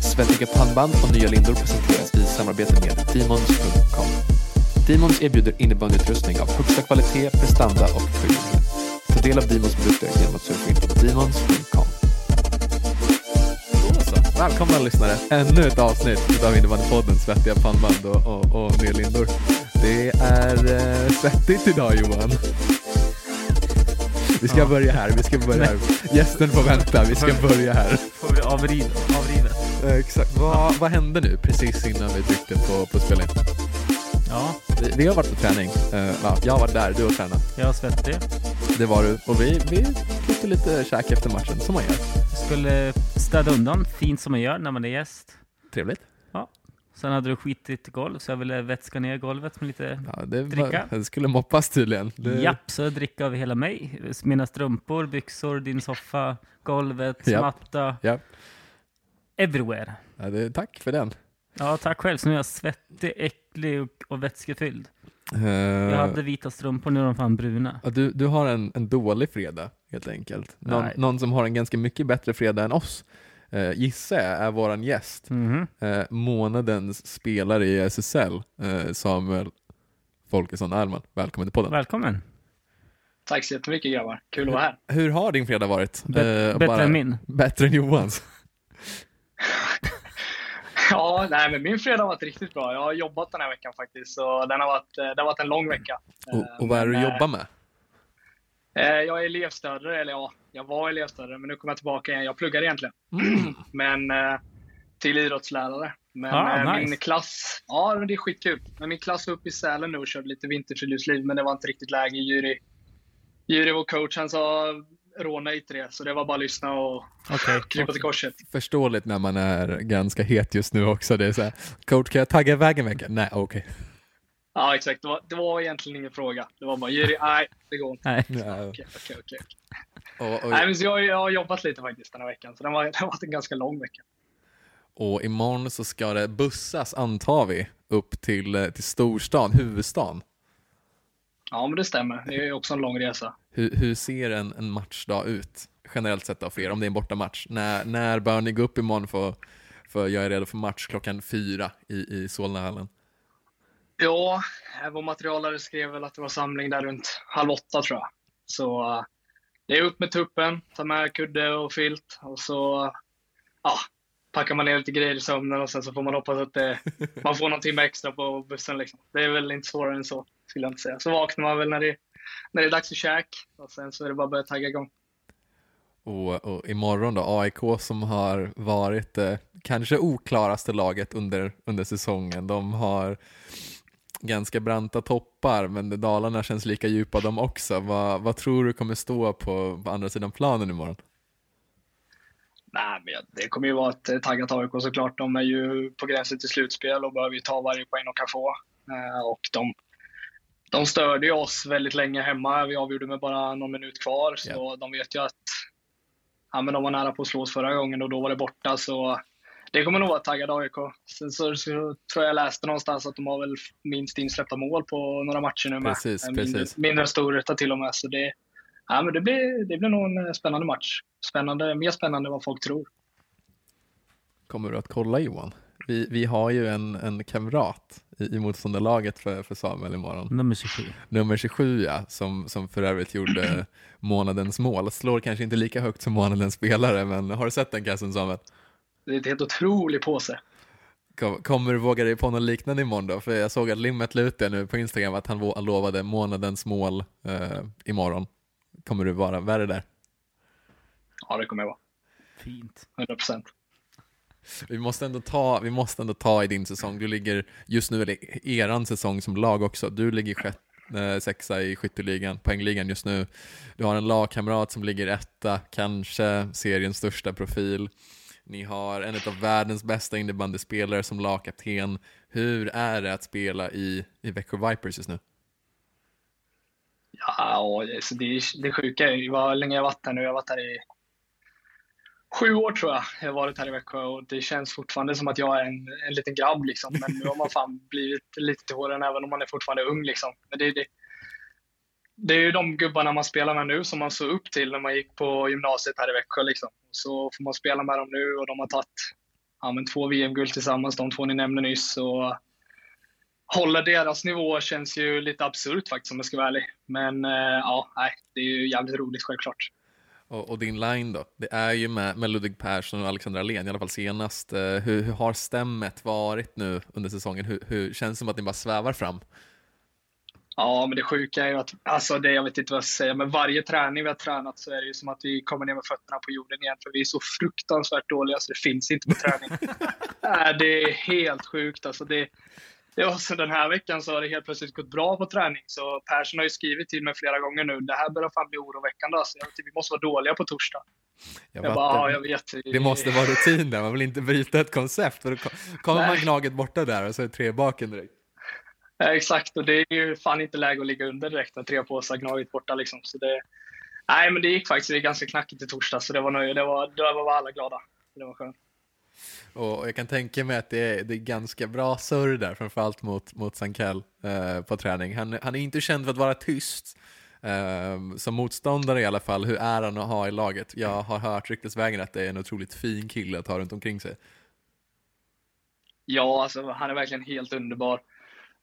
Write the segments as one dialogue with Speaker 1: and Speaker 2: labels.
Speaker 1: Svettiga pannband och nya lindor presenteras i samarbete med Demons.com. Demons erbjuder innebandyutrustning av högsta kvalitet, prestanda och skicklighet. Ta del av Demons produkter genom att surfa in på Demons.com. Då så, Välkomna lyssnare! Ännu ett avsnitt utav Innebandypodden Svettiga pannband och, och, och nya lindor. Det är eh, svettigt idag Johan. Vi ska
Speaker 2: Ja.
Speaker 1: börja här, vi ska börja här. Gästen får vänta, vi ska börja här.
Speaker 2: Får vi avriva? avriva.
Speaker 1: Eh, Exakt. Vad, vad hände nu precis innan vi tryckte på, på spelning?
Speaker 2: Ja,
Speaker 1: Vi, vi har varit på träning. Eh, ja, jag har varit där, du har tränat.
Speaker 2: jag var svettig.
Speaker 1: Det var du. Och vi, vi klippte lite käk efter matchen, som man gör.
Speaker 2: Skulle städa undan, fint som man gör när man är gäst.
Speaker 1: Trevligt.
Speaker 2: Sen hade du skitigt golv, så jag ville vätska ner golvet med lite
Speaker 1: Ja, det,
Speaker 2: Dricka.
Speaker 1: var, det skulle moppas tydligen. Det,
Speaker 2: japp, så jag drick över hela mig. Mina strumpor, byxor, din soffa, golvet,
Speaker 1: Japp.
Speaker 2: matta.
Speaker 1: Japp.
Speaker 2: Everywhere.
Speaker 1: Ja, det, tack för den.
Speaker 2: Ja, tack själv. Så nu är jag svettig, äcklig och, och vätskefylld.
Speaker 1: Eh,
Speaker 2: Jag hade vita strumpor, nu är de fan bruna.
Speaker 1: ja, du, du har en, en dålig fredag, helt enkelt. Någon,
Speaker 2: Nej.
Speaker 1: någon som har en ganska mycket bättre fredag än oss, uh, gissar jag, är våran gäst.
Speaker 2: Mhm.
Speaker 1: eh, månadens spelare i SSL, eh, Samuel Folkesson Erman. Välkommen till podden.
Speaker 2: Välkommen.
Speaker 3: Tack så jättemycket grabbar. Kul att vara här.
Speaker 1: Hur har din fredag varit?
Speaker 2: Bet-
Speaker 1: Eh,
Speaker 2: bättre
Speaker 1: bara-
Speaker 2: än min.
Speaker 1: Bättre än Johans?
Speaker 3: Ja, nej, men min fredag har varit riktigt bra. Jag har jobbat den här veckan faktiskt. Så den har varit, eh, det har varit en lång vecka.
Speaker 1: Och, och vad är det du
Speaker 3: Men, eh,
Speaker 1: jobbar med?
Speaker 3: eh, Jag är elevstödjare, eller ja, jag var elevstödjare, men nu kommer jag tillbaka igen. Jag pluggar egentligen,
Speaker 1: Mm.
Speaker 3: men eh, till idrottslärare. Men
Speaker 2: Ah,
Speaker 3: eh,
Speaker 2: nice.
Speaker 3: min klass, ja men det är skitkul. Men min klass var uppe i Sälen nu och körde lite vinterfriluftsliv, men det var inte riktigt läge. Juri, Juri vår coach, han sa rånej till det, så det var bara att lyssna och
Speaker 2: Okej.
Speaker 3: krypa till korset.
Speaker 1: Förståeligt när man är ganska het just nu också. Det är så här, coach kan jag tagga iväg en vecka? Nej, okej.
Speaker 3: Ja, exakt. Det var, det var egentligen ingen fråga. Det var bara Juri, nej, det går inte.
Speaker 2: Nej.
Speaker 1: Ja,
Speaker 3: Okej, okej, okej.
Speaker 1: Eh, Och, och,
Speaker 3: Nej, men så jag, jag har jobbat lite faktiskt den här veckan, så den var, den har varit en ganska lång vecka.
Speaker 1: och imorgon så ska det bussas, antar vi, upp till, eh, till storstan, huvudstaden.
Speaker 3: Ja, men det stämmer. Det är ju också en lång resa.
Speaker 1: Hur, hur ser en, en matchdag ut generellt sett då för er, om det är en bortamatch? När, när bör ni gå upp imorgon för, för jag är redo för match klockan fyra i, i Solnahallen?
Speaker 3: Ja, eh, vår materialare skrev väl att det var samling där runt halv åtta, tror jag. Så eh, det är upp med tuppen, ta med kudde och filt och så eh, ja, packar man ner lite grejer i sömnen och sen så får man hoppas att det, man får någon timme extra på bussen. Liksom. Det är väl inte svårare än så, skulle jag inte säga. Så vaknar man väl när det, när det är dags för käk och sen så är det bara att börja tagga igång.
Speaker 1: Och, och imorgon då, AIK som har varit eh, kanske oklaraste laget under, under säsongen. De har ganska branta toppar, men Dalarna känns lika djupa de också. Vad, vad tror du kommer stå på, på andra sidan planen imorgon?
Speaker 3: Nej, men jag- det kommer ju vara ett eh, taggat AIK såklart. De är ju på gränsen till slutspel och behöver ju ta varje poäng de kan få. Eh, Och de, de störde ju oss väldigt länge hemma. Vi avgjorde med bara någon minut kvar, så de vet ju att ja, men de var nära på att slå oss förra gången och då var det borta. Så det kommer nog vara ett taggat AIK. Sen så, så tror jag jag läste någonstans att de har väl minst insläppta mål på några matcher nu med.
Speaker 1: Precis,
Speaker 3: Eh, mindre,
Speaker 1: precis.
Speaker 3: Mindre storrätta till och med. Så det, ja, men det, blir, det blir nog en eh, spännande match. Spännande, mer spännande än vad folk tror.
Speaker 1: Kommer du att kolla Johan? Vi, vi har ju en, en kamrat i, i motståndarlaget för, för Samuel imorgon.
Speaker 2: Nummer 27.
Speaker 1: Nummer 27 ja, som, som för övrigt gjorde månadens mål. Slår kanske inte lika högt som månadens spelare, men har du sett den kassen Samuel?
Speaker 3: Det är ett helt otrolig påse.
Speaker 1: Kom- Kommer du våga dig på något liknande imorgon då? För jag såg att Limmet la ut det nu på Instagram, att han vå- lovade månadens mål eh, imorgon. Kommer du vara värre där?
Speaker 3: Ja, det kommer jag vara.
Speaker 2: Fint.
Speaker 3: 100 procent.
Speaker 1: Vi måste, ändå ta, vi måste ändå ta i din säsong. Du ligger just nu, eller eran säsong som lag också. Du ligger sjätt, eh, sexa i skytteligan, poängligan just nu. Du har en lagkamrat som ligger etta, kanske seriens största profil. Ni har en av världens bästa innebandyspelare som lagkapten. Hur är det att spela i, i Växjö Vipers just nu?
Speaker 3: Ja, och så det, är- det sjuka är ju vad länge jag har varit här nu. Jag har varit här i sju år tror jag. Jag har varit här i Växjö och det känns fortfarande som att jag är en, en liten grabb liksom. Men nu har man fan blivit lite till åren även om man är fortfarande ung liksom. Men det, det, det är ju de gubbarna man spelar med nu som man såg upp till när man gick på gymnasiet här i Växjö liksom. Så får man spela med dem nu och de har tagit ja, men två VM-guld tillsammans, de två ni nämnde nyss. Och hålla deras nivå känns ju lite absurt faktiskt om jag ska vara ärlig. Men eh, ja, nej, det är ju jävligt roligt självklart.
Speaker 1: Och, och din line då? Det är ju med, med Ludvig Persson och Alexander Alén, i alla fall senast. Eh, Hur, hur har stämmet varit nu under säsongen? Hur, hur känns det som att ni bara svävar fram?
Speaker 3: Ja, men det sjuka är ju att, alltså det, jag vet inte vad jag ska säga, men varje träning vi har tränat så är det ju som att vi kommer ner med fötterna på jorden igen, för vi är så fruktansvärt dåliga så det finns inte på träning. Nej, det är helt sjukt alltså. Det, det var så den här veckan så har det helt plötsligt gått bra på träning, så Persson har ju skrivit till mig flera gånger nu, det här börjar fan bli oroväckande alltså. Jag vet inte, vi måste vara dåliga på torsdag.
Speaker 1: Jag
Speaker 3: Jag
Speaker 1: vet
Speaker 3: bara, ja,
Speaker 1: inte.
Speaker 3: jag vet.
Speaker 1: Det måste vara rutin där, man vill inte bryta ett koncept. För då kom- kommer man
Speaker 3: Nej.
Speaker 1: Gnaget borta där och så är det tre baken direkt.
Speaker 3: Ja, exakt, och det är ju fan inte läge att ligga under direkt när tre påsar Gnaget borta. Liksom. Så det, nej, men det gick faktiskt det gick ganska knackigt i torsdag så det var nöje. Det var, där var alla glada. Det var skönt.
Speaker 1: Och jag kan tänka mig att det är, det är ganska bra surr där, framförallt mot, mot Sankell eh, på träning. Han, han är inte känd för att vara tyst, eh, som motståndare i alla fall. Hur är han att ha i laget? Jag har hört ryktesvägen att det är en otroligt fin kille att ha runt omkring sig.
Speaker 3: Ja, alltså, han är verkligen helt underbar.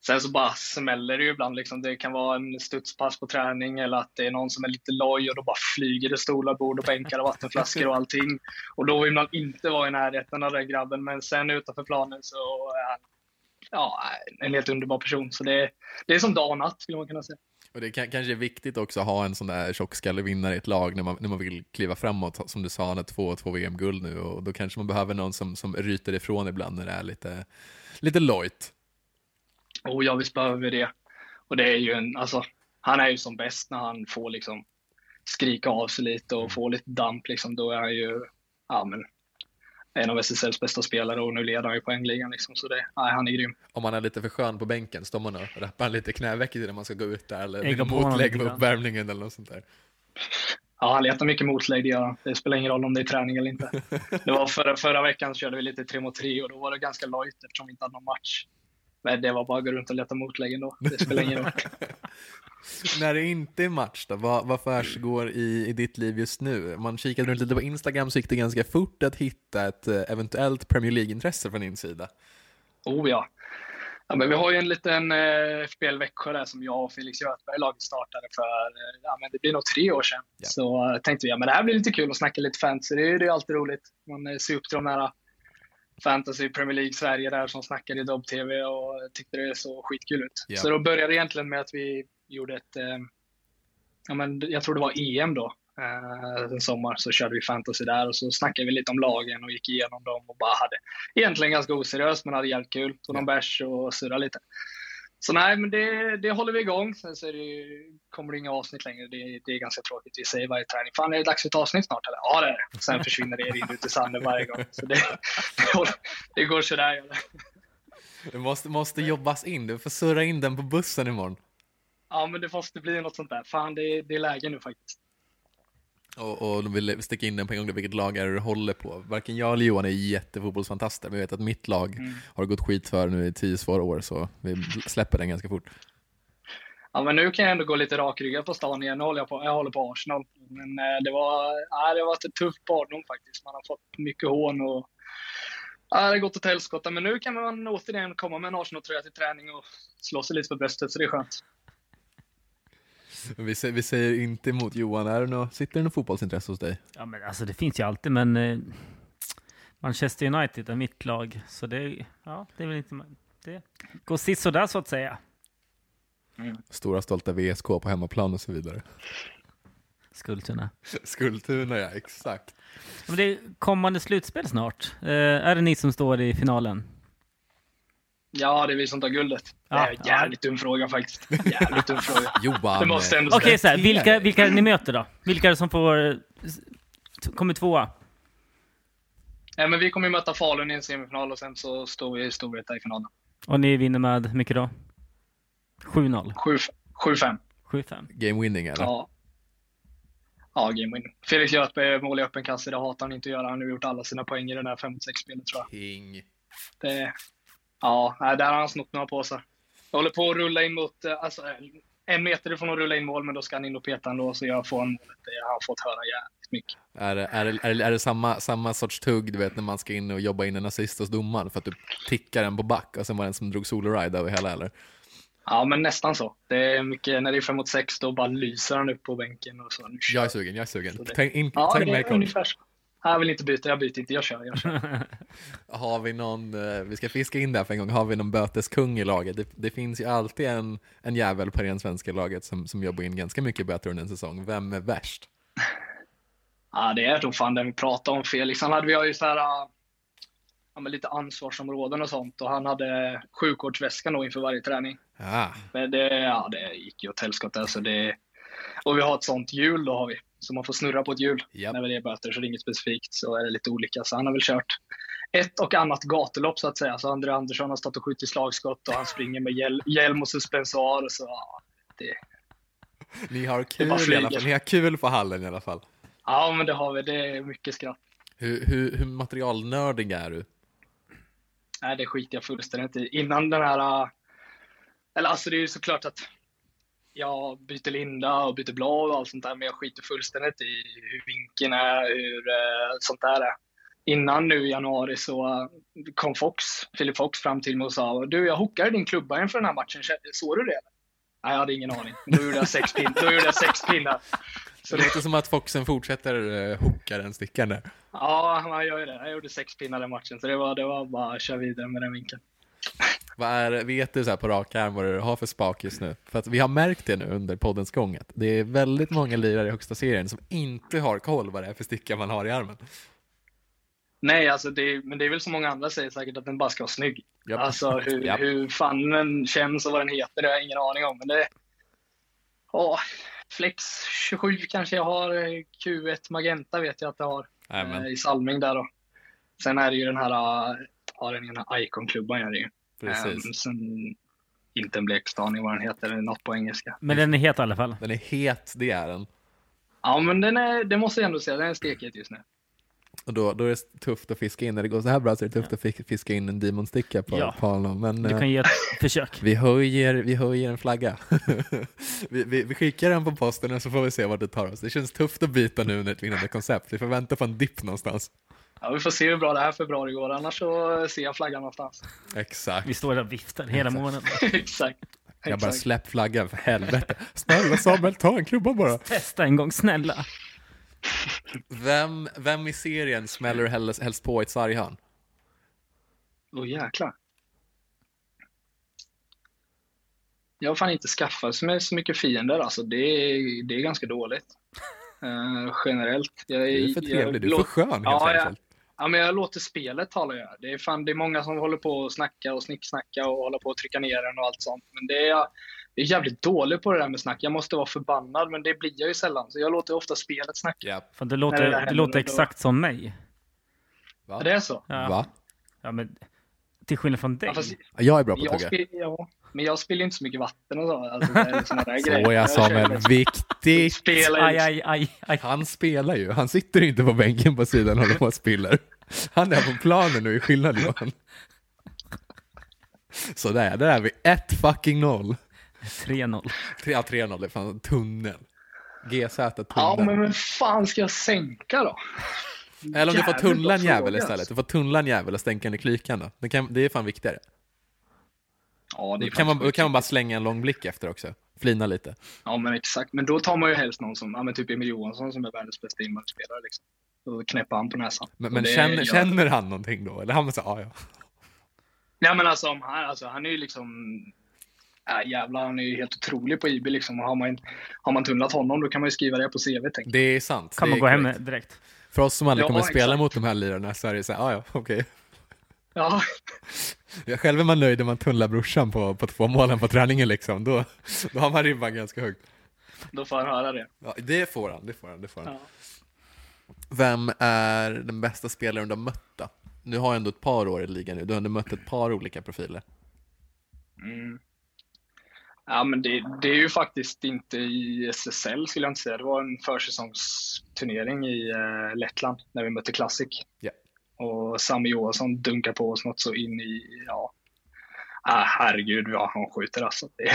Speaker 3: Sen så bara smäller det ju ibland. Liksom. Det kan vara en studspass på träning eller att det är någon som är lite loj och då bara flyger det stolar, bord och bänkar och vattenflaskor och allting. Och då vill man inte vara i närheten av den grabben. Men sen utanför planen så är han ja, en helt underbar person. Så det, det är som dag och natt skulle man kunna säga.
Speaker 1: Och det kan, kanske är viktigt också att ha en sån där tjockskallevinnare i ett lag när man, när man vill kliva framåt. Som du sa, han har två, två VM-guld nu och då kanske man behöver någon som, som ryter ifrån ibland när det är lite, lite lojt.
Speaker 3: Och jag visst behöver vi det. Och det är ju en, alltså, han är ju som bäst när han får liksom skrika av sig lite och få lite damp liksom. Då är han ju, ja men, en av SSLs bästa spelare och nu leder han ju poängligan liksom. Så det, nej, han är grym.
Speaker 1: Om man är lite för skön på bänken, står man och rappar lite knäveck innan man ska gå ut där eller
Speaker 2: Ägga på honom
Speaker 1: motlägg
Speaker 2: lite
Speaker 1: på
Speaker 2: grann.
Speaker 1: uppvärmningen eller något sånt där.
Speaker 3: Ja, han letar mycket motlägg, det gör han. Det spelar ingen roll om det är träning eller inte. Det var förra, förra veckan så körde vi lite 3 mot 3 och då var det ganska lojt eftersom vi inte hade någon match. Men det var bara att gå runt och leta motlägg ändå. Det spelar ingen roll.
Speaker 1: När det inte är match då, vad, vad försiggår i, i ditt liv just nu? Om Man kikade runt lite på Instagram så gick det ganska fort att hitta ett eh, eventuellt Premier League-intresse från din sida.
Speaker 3: Oh ja. ja men vi har ju en liten eh, FBL Växjö där som jag och Felix Göthberg laget startade för, eh, ja, men det blir nog tre år sedan.
Speaker 1: Ja.
Speaker 3: Så eh, tänkte vi, ja men det här blir lite kul att snacka lite fantasy. Det är ju det är alltid roligt. Man eh, ser upp till de här fantasy Premier League Sverige där som snackar i Dobb-TV och tyckte det så skitkul ut.
Speaker 1: Ja.
Speaker 3: Så då började det egentligen med att vi gjorde ett, eh, ja men jag tror det var EM då. Eh, en sommar så körde vi fantasy där och så snackade vi lite om lagen och gick igenom dem och bara hade egentligen ganska oseriöst, men hade jävligt kul. Tog någon bärs och surrade lite. Så nej, men det, det håller vi igång. Sen så är det, ju- kommer det inga avsnitt längre. Det, det är ganska tråkigt. Vi säger varje träning, fan är det dags för ett avsnitt snart eller? Ja, det är det. Sen försvinner det rinner ut i sanden varje gång. Så det, det, håller, det går sådär.
Speaker 1: Det måste, måste jobbas in, du får surra in den på bussen imorgon.
Speaker 3: Ja, men det måste bli något sånt där. Fan, det, det är läge nu faktiskt.
Speaker 1: Och, och de vill sticka in den på en gång, där, vilket lag är det du håller på? Varken jag eller Johan är jättefotbollsfantaster, men jag vet att mitt lag har gått skit för nu i tio svåra år, så vi släpper den ganska fort.
Speaker 3: Ja, men nu kan jag ändå gå lite rakryggad på stan igen. Nu håller jag på, jag håller på Arsenal. Men eh, det, var, ja, det har varit en tuff barndom faktiskt. Man har fått mycket hån och ja, det har gått åt helskotta. Men nu kan man återigen komma med en Arsenal-tröja till träning och slå sig lite för bröstet, så det är skönt.
Speaker 1: Vi, sä- vi säger inte emot Johan, är det nå- sitter det något fotbollsintresse hos dig?
Speaker 2: Ja, men alltså det finns ju alltid, men... Eh, Manchester United är mitt lag, så det... Ja, det är väl inte... Det går sisådär så att säga.
Speaker 1: Stora stolta VSK på hemmaplan och så vidare.
Speaker 2: Skultuna.
Speaker 1: Skultuna ja, exakt.
Speaker 2: Men det är kommande slutspel snart. Eh, är det ni som står i finalen?
Speaker 3: Ja, det är vi som tar guldet. Det
Speaker 2: Ja,
Speaker 3: är en jävligt dum fråga faktiskt. Jävligt dum fråga.
Speaker 1: Johan! eh,
Speaker 3: Det måste ändå
Speaker 2: Okej,
Speaker 3: sägas.
Speaker 2: så här, vilka, vilka är det ni möter då? Vilka är det som får... eh, s- t- Kommer tvåa?
Speaker 3: Nej, men vi kommer ju möta Falun i en semifinal och sen så står vi i Storvreta i finalen.
Speaker 2: Och ni vinner med hur mycket då? 7-0?
Speaker 3: 7-5. 7-5.
Speaker 2: 7-5?
Speaker 1: Game winning eller?
Speaker 3: Ja. Ja, game win. Felix Göthberg är mål i öppen kasse, det hatar han inte att göra. Han har gjort alla sina poäng i det där 5-6-spelet tror jag.
Speaker 1: King.
Speaker 3: Det, ja, nej, där har han snott några påsar. Jag håller på att rulla in mot, eh, alltså, eh, en meter ifrån att rulla in mål, men då ska han in och peta ändå, så jag får en, jag har fått höra jävligt mycket.
Speaker 1: Är det, är det, är det, är det samma, samma sorts tugg, du vet, när man ska in och jobba in en assist hos domaren för att du tickar den på back och sen var det en som drog soloride över hela, eller?
Speaker 3: Ja, men nästan så. Det är mycket, när det är fem mot sex, då bara lyser han upp på bänken och så. Nu kör
Speaker 1: Jag är sugen, jag är
Speaker 3: Så
Speaker 1: sugen.
Speaker 3: det-
Speaker 1: Tänk, in,
Speaker 3: Ja,
Speaker 1: tänk
Speaker 3: det
Speaker 1: mig
Speaker 3: är
Speaker 1: kort.
Speaker 3: ungefär så. Jag vill inte byta, jag byter inte, jag kör, jag kör.
Speaker 1: Har vi någon, eh, vi ska fiska in det här för en gång, har vi någon böteskung i laget? Det, det finns ju alltid en, en jävel på det svenska laget som, som jobbar in ganska mycket böter under en säsong. Vem är värst?
Speaker 3: Ja, det är nog fan den vi pratade om, Felix. Han hade, vi har ju så här, äh, ja, men lite ansvarsområden och sånt och han hade sjukvårdsväskan då inför varje träning.
Speaker 1: Ah,
Speaker 3: Men det, ja, det gick ju åt helskotta. Alltså det, och vi har ett sånt hjul då har vi. Så man får snurra på ett hjul
Speaker 1: Japp.
Speaker 3: när det är böter. Så det är inget specifikt. Så är det lite olika. Så han har väl kört ett och annat gatulopp så att säga. Så André Andersson har stått och skjutit slagskott och han springer med hjäl- hjälm och suspensoar. och Så, ja, det,
Speaker 1: ni har
Speaker 3: bara
Speaker 1: kul i alla
Speaker 3: flyger.
Speaker 1: fall, ni har kul på hallen i alla fall.
Speaker 3: ja, men det har vi. Det är mycket skratt.
Speaker 1: Hur, hur, hur materialnördig är du?
Speaker 3: Nej, det skiter jag fullständigt i. Innan den här... äh, Eller alltså det är ju såklart att jag byter linda och byter blad och allt sånt där, men jag skiter fullständigt i hur vinkeln är, hur eh, sånt där är. Innan nu i januari så eh, kom Fox, Philip Fox fram till mig och sa du, jag hookade din klubba inför den här matchen, Kä- såg du det? eller?" Nej, jag hade ingen aning. Då gjorde jag sex, pin- då gjorde jag sex pinnar.
Speaker 1: Det
Speaker 3: Så det,
Speaker 1: låter som att Foxen fortsätter eh, hooka den stickan där.
Speaker 3: ja, han gör ju det. Jag gjorde sex pinnar den matchen, så det var, det var bara att köra vidare med den vinkeln.
Speaker 1: Vad är, vet du så här på rak arm vad du har för spak just nu? För att vi har märkt det nu under poddens gång att det är väldigt många lirare i högsta serien som inte har koll vad det är för sticka man har i armen.
Speaker 3: Nej, alltså det, men det är väl som många andra säger säkert att den bara ska vara snygg.
Speaker 1: Japp.
Speaker 3: Alltså hur,
Speaker 1: Japp.
Speaker 3: hur fan den känns och vad den heter, det har jag ingen aning om. Men det... Åh, Flex 27 kanske jag har. eh, Q1 Magenta vet jag att jag har
Speaker 1: Jajamän.
Speaker 3: eh, i Salming där då. Sen är det ju den här, eh, ja den ena Icon-klubban är det ju.
Speaker 1: Precis.
Speaker 3: Ehm, sen, inte en blekstaning vad den heter, eller något på engelska.
Speaker 2: Men den är het i alla fall.
Speaker 1: Den är het, det är den.
Speaker 3: Ja, men den är, det måste jag ändå säga, den är stekhet just nu.
Speaker 1: Och då, då är det tufft att fiska in, när det går så här bra så är det tufft att fi- fiska in en demonsticka på,
Speaker 2: Ja.
Speaker 1: på honom. Men
Speaker 2: Du
Speaker 1: eh,
Speaker 2: kan ge ett försök.
Speaker 1: vi, höjer, vi höjer en flagga. vi, vi, vi skickar den på posten och så får vi se vart det tar oss. Det känns tufft att byta nu när ett vinnande koncept. Vi får vänta på en dipp någonstans.
Speaker 3: Ja, vi får se hur bra det här februari går, annars så ser jag flaggan någonstans.
Speaker 1: Exakt.
Speaker 2: Vi står där och viftar hela månaden.
Speaker 3: Exakt.
Speaker 1: Jag bara
Speaker 3: Exakt.
Speaker 1: släpp flaggan för helvete. Snälla Samuel, ta en klubba bara.
Speaker 2: Testa en gång, snälla.
Speaker 1: Vem, vem i serien smäller helst, helst på ett sarghörn?
Speaker 3: Åh jäklar. Jag har fan inte skaffat mig så mycket fiender alltså. Det är, det är ganska dåligt. Eh, generellt. Jag,
Speaker 1: Du är för
Speaker 3: jag
Speaker 1: trevlig, du är för
Speaker 3: låt-
Speaker 1: skön helt
Speaker 3: Ja, ja.
Speaker 1: enkelt.
Speaker 3: Ja, men jag låter spelet tala jag. Det är, fan, det är många som håller på och snacka och snicksnacka och håller på och trycka ner den och allt sånt. Men det är, jag det är jävligt dålig på det där med snack. Jag måste vara förbannad, men det blir jag ju sällan. Så jag låter ofta spelet snacka.
Speaker 1: Ja.
Speaker 2: Fan, det
Speaker 3: Nej, det där
Speaker 2: låter, det låter
Speaker 3: händer
Speaker 2: exakt som mig.
Speaker 1: Va?
Speaker 3: Det är så?
Speaker 2: Ja.
Speaker 1: Va?
Speaker 2: Ja, men, till skillnad från dig.
Speaker 3: Ja, fast-
Speaker 1: Jag är bra på
Speaker 3: Jag
Speaker 1: tugga.
Speaker 3: spel, ja, men jag spiller inte så mycket vatten och så. Alltså, det är såna där grejer.
Speaker 1: Så ja, Samuel,
Speaker 3: känner-
Speaker 1: viktigt.
Speaker 3: liksom- Spelar liksom-
Speaker 2: Aj,
Speaker 3: inte.
Speaker 2: aj, aj, aj.
Speaker 1: Han spelar ju, han sitter inte på bänken på sidan och håller på och spiller. Han är på planen nu i skillnad Johan. Sådär, där är vi. 1 fucking 0.
Speaker 2: 3-0.
Speaker 1: 3-0, det är fan tunnel. GZ tunnel.
Speaker 3: Ja, men vem fan ska jag sänka då?
Speaker 1: Eller om du får
Speaker 3: Jävligt bra
Speaker 1: tunnla en jävel
Speaker 3: fråga,
Speaker 1: istället.
Speaker 3: alltså.
Speaker 1: Du får tunnla en jävel och stänka ner klykan då. Det, kan, det är fan viktigare.
Speaker 3: Ja,
Speaker 1: Då
Speaker 3: det är
Speaker 1: kan, man, då
Speaker 3: faktiskt-
Speaker 1: kan man bara slänga en lång blick efter också. Flina lite.
Speaker 3: Ja, men exakt. Men då tar man ju helst någon som, ja, men typ Emil Johansson som är världens bästa inmarkspelare liksom. Då knäpper han på näsan.
Speaker 1: Men,
Speaker 3: Och
Speaker 1: men
Speaker 3: det
Speaker 1: känner,
Speaker 3: gör-
Speaker 1: känner han någonting då? Eller han säger "Ah, ja ja.
Speaker 3: Ja, men alltså, om han, alltså han är ju liksom... Ja, jävlar, han är ju helt otrolig på IB liksom. Och har man, har man tunnlat honom då kan man ju skriva det på CV, tänker jag.
Speaker 1: Det är sant.
Speaker 2: Kan
Speaker 1: det
Speaker 2: man
Speaker 1: är
Speaker 2: gå hem
Speaker 1: korrekt.
Speaker 2: med direkt.
Speaker 1: För oss som aldrig
Speaker 3: Ja,
Speaker 1: kommer att spela
Speaker 3: exakt.
Speaker 1: mot de här lirarna så är det så här, "Ah, ja ja, okej.
Speaker 3: Ja,
Speaker 1: Jag Själv är man nöjd när man tunnlar brorsan på, på två målen på träningen liksom. Då, då har man ribban ganska högt.
Speaker 3: då får han höra det.
Speaker 1: Ja, det får han, det får han, det får han.
Speaker 3: Ja.
Speaker 1: Vem är den bästa spelaren du har mött då? Nu har jag ändå ett par år i ligan nu. Du har ändå mött ett par olika profiler.
Speaker 3: Mm. Ja, men det, det är ju faktiskt inte i SSL skulle jag inte säga. Det var en försäsongsturnering i eh, Lettland när vi mötte Classic.
Speaker 1: Ja.
Speaker 3: Och Sami Johansson dunkar på oss något så in i, ja, ah, herregud vad han skjuter alltså. Det,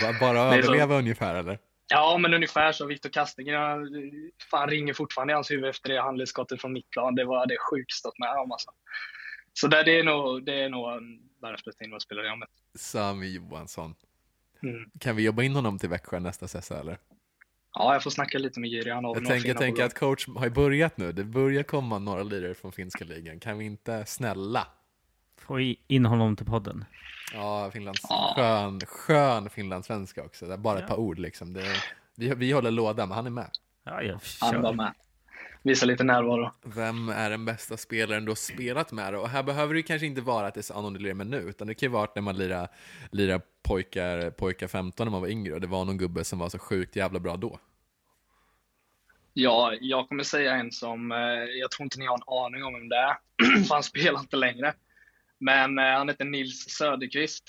Speaker 1: Bara, bara
Speaker 3: Det är så.
Speaker 1: överleva ungefär eller?
Speaker 3: Ja, men ungefär så. Viktor Kastning, jag- fan ringer fortfarande i hans huvud efter det handledsskottet från mitt plan. Det var det sjukaste jag varit med om alltså. Så där, det är nog, det är nog en världens bästa innebandyspelare jag har mött.
Speaker 1: Sami Johansson.
Speaker 3: Mm.
Speaker 1: Kan vi jobba in honom till Växjö nästa säsong eller?
Speaker 3: Ja, jag får snacka lite med Jiri. Han har
Speaker 1: Jag
Speaker 3: väl
Speaker 1: tänker, jag
Speaker 3: några fina
Speaker 1: tänker att
Speaker 3: bolag.
Speaker 1: coach har ju börjat nu. Det börjar komma några lirare från finska ligan. Kan vi inte, snälla?
Speaker 2: Få i- in honom till podden.
Speaker 1: Ja, Finlands,
Speaker 3: Ja.
Speaker 1: skön, skön finlandssvenska också. Det är bara ett
Speaker 2: Ja.
Speaker 1: par ord liksom. Det, vi, vi håller låda, men han är med.
Speaker 2: Ja, jag
Speaker 3: Han var
Speaker 2: kör.
Speaker 3: med. Visa lite närvaro.
Speaker 1: Vem är den bästa spelaren du har spelat med då? Och här behöver det ju kanske inte vara att det är så annorlunda lirar med nu, utan det kan ju vara att när man lirar, lirar pojkar, pojkar 15 när man var yngre och det var någon gubbe som var så sjukt jävla bra då.
Speaker 3: Ja, jag kommer säga en som, eh, jag tror inte ni har en aning om vem det är, för han spelar inte längre. Men eh, han heter Nils Söderqvist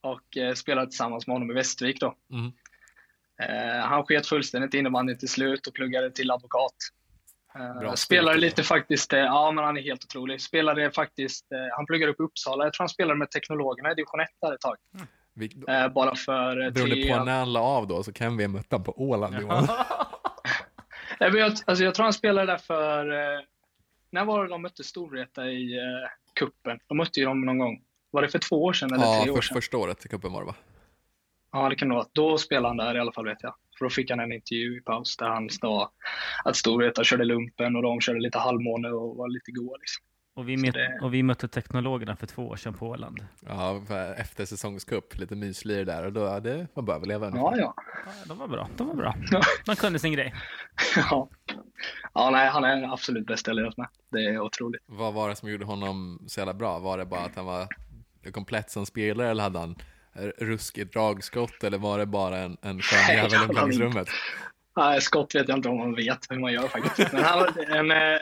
Speaker 3: och eh, spelar tillsammans med honom i Västervik då.
Speaker 1: Mm.
Speaker 3: Eh, han sket fullständigt innebandyn till slut och pluggade till advokat. Eh,
Speaker 1: Bra
Speaker 3: spelade
Speaker 1: stil.
Speaker 3: lite faktiskt, eh, ja men han är helt otrolig. Spelade faktiskt, eh, han pluggade upp i Uppsala, jag tror han spelade med Teknologerna i division 1 där ett tag.
Speaker 1: Vi,
Speaker 3: Eh, bara för eh,
Speaker 1: beroende
Speaker 3: tre-
Speaker 1: på när han la av då, så kan vi ha mött honom på Åland Johan.
Speaker 3: Nej, men jag, alltså, jag tror han spelade där för... Eh, när var det de mötte Storvreta i eh, kuppen? De mötte ju dem någon gång. Var det för två år sedan eller
Speaker 1: Ja,
Speaker 3: tre år
Speaker 1: för,
Speaker 3: sedan?
Speaker 1: första året i cupen var det va?
Speaker 3: Ja, det kan det vara. Då spelade han där i alla fall vet jag. För då fick han en intervju i paus där han sa att Storvreta körde lumpen och de körde lite halvmåne och var lite goa liksom.
Speaker 2: Och vi,
Speaker 3: Så
Speaker 2: met-
Speaker 3: det-
Speaker 2: och vi mötte teknologerna för två år sedan på Åland.
Speaker 1: Ja, för efter säsongscup, lite myslir där och då, ja, det var bara överleva
Speaker 3: Ja,
Speaker 1: ungefär.
Speaker 3: ja.
Speaker 2: Ja, de var bra. De var bra. De kunde sin grej.
Speaker 3: ja. ja, nej, han är den absolut bästa jag lirat med. Det är otroligt.
Speaker 1: Vad var det som gjorde honom så jävla bra? Var det bara att han var komplett som spelare eller hade han ruskigt dragskott eller var det bara en, en skön
Speaker 3: Nej,
Speaker 1: jävel i
Speaker 3: han hade
Speaker 1: omklädningsrummet?
Speaker 3: Nej, skott vet jag inte om man vet hur man gör faktiskt. Men han var en, eh,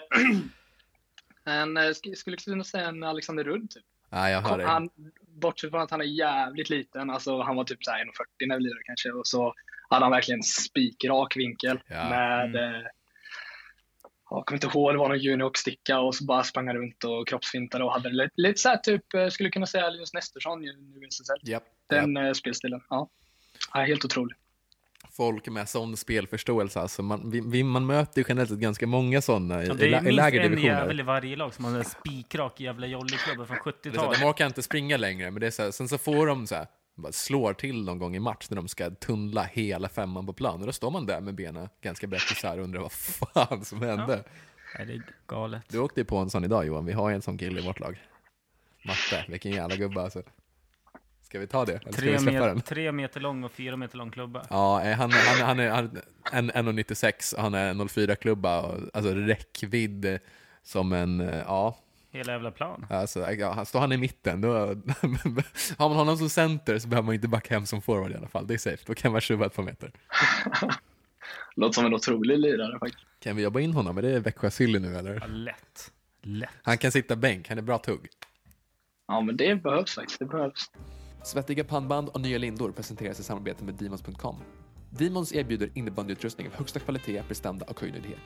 Speaker 3: en, eh, sk- skulle kunna säga en Alexander Rudd. Typ.
Speaker 1: Nej, jag hör dig.
Speaker 3: Han, bortsett från att han är jävligt liten, alltså han var typ så här 1,40 när vi lirade kanske. Och så hade han verkligen spikrak vinkel
Speaker 1: Ja.
Speaker 3: med, eh, jag kommer inte ihåg, det var någon junior-sticka och så bara sprang han runt och kroppsfintade och hade lite, lite så här typ, eh, skulle kunna säga Linus Nestersson ju nu i SSL.
Speaker 1: Japp, japp.
Speaker 3: Den eh, spelstilen, ja. ja. Helt otrolig.
Speaker 1: Folk med sån spelförståelse alltså. Man, vi, vi, man möter ju generellt sett ganska många sådana i,
Speaker 2: Ja,
Speaker 1: i,
Speaker 2: det
Speaker 1: lä-
Speaker 2: är
Speaker 1: i
Speaker 2: minst en
Speaker 1: lägre
Speaker 2: jävel i varje lag som har en spikrak jävla jollyklubba från
Speaker 1: Det är så här,
Speaker 2: 70-talet.
Speaker 1: De orkar inte springa längre, men det är så här, sen så får de så här, bara slår till någon gång i match när de ska tunnla hela femman på plan. Och då står man där med benen ganska brett isär och undrar vad fan som hände.
Speaker 2: Nej, det är galet.
Speaker 1: Du åkte ju på en sån idag Johan, vi har ju en sån kille i vårt lag. Matte, vilken jävla gubbe alltså. Ska vi ta det? Eller ska vi
Speaker 2: Tre,
Speaker 1: släppa
Speaker 2: met-
Speaker 1: den?
Speaker 2: tre meter lång och fyra meter lång klubba.
Speaker 1: Ja, eh, han, han, han är han- en- 1,96 och han är 0,4-klubba. och- Alltså räckvidd eh, som en, eh, ja,
Speaker 2: Hela jävla plan.
Speaker 1: alltså, ja han- står han i mitten, då, har man honom som center så behöver man inte backa hem som forward i alla fall. Det är safe, då kan man tjuva ett par meter.
Speaker 3: Låter som en otrolig lirare faktiskt.
Speaker 1: Kan vi jobba in honom? Är det växjö Silly nu
Speaker 2: Ja,
Speaker 1: eller?
Speaker 2: lätt. Lätt.
Speaker 1: Han kan sitta bänk, han är bra tugg.
Speaker 3: Ja, men det behövs faktiskt. Det behövs.
Speaker 4: Svettiga pannband och nya lindor presenteras i samarbete med Demons.com. Demons erbjuder innebandyutrustning av högsta kvalitet, prestanda och höjdnöjdhet.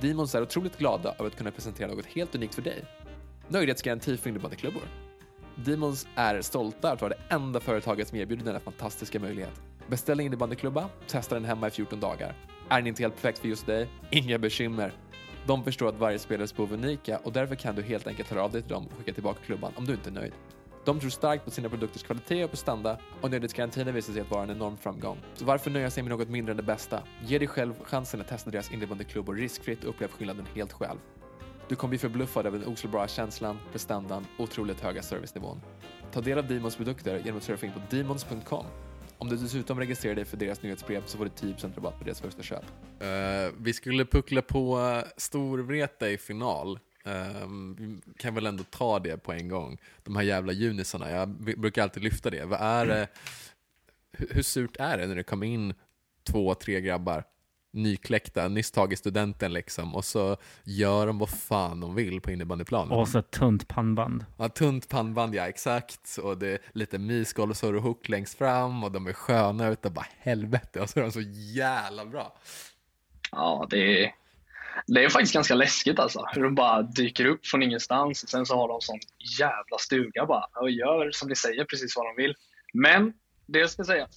Speaker 4: Demons är otroligt glada över att kunna presentera något helt unikt för dig. Nöjdhetsgaranti för innebandyklubbor. Demons är stolta att vara det enda företaget som erbjuder denna fantastiska möjlighet. Beställ en innebandyklubba, testa den hemma i 14 dagar. Är den inte helt perfekt för just dig? Inga bekymmer. De förstår att varje spelares behov är unika och därför kan du helt enkelt höra av dig till dem och skicka tillbaka klubban om du inte är nöjd. De tror starkt på sina produkters kvalitet och prestanda och nöjdhetsgarantin har visat sig att vara en enorm framgång. Så varför nöja sig med något mindre än det bästa? Ge dig själv chansen att testa deras innebandyklubbor riskfritt och upplev skillnaden helt själv. Du kommer bli förbluffad över den oslagbara känslan, prestandan och otroligt höga servicenivån. Ta del av Demons produkter genom att surfa in på demons.com. Om du dessutom registrerar dig för deras nyhetsbrev så får du 10% rabatt på deras första köp.
Speaker 1: Eh, vi skulle puckla på eh, Storvreta i final. Eh, vi kan väl ändå ta det på en gång. De här jävla junisarna, jag b- brukar alltid lyfta det. Vad är det? Hur, hur surt är det när det kommer in två, tre grabbar, nykläckta, nyss tagit studenten liksom, och så gör de vad fan de vill på innebandyplanen.
Speaker 2: Och så ett tunt pannband.
Speaker 1: Ja, tunt pannband, ja exakt. Och det är lite mysgolv och så hook längst fram och de är sköna utav bara helvete. Och så är de så jävla bra.
Speaker 3: Ja, det är, det är faktiskt ganska läskigt alltså. Hur de bara dyker upp från ingenstans och sen så har de sån jävla stuga bara och gör som ni säger precis vad de vill. Men det ska sägas,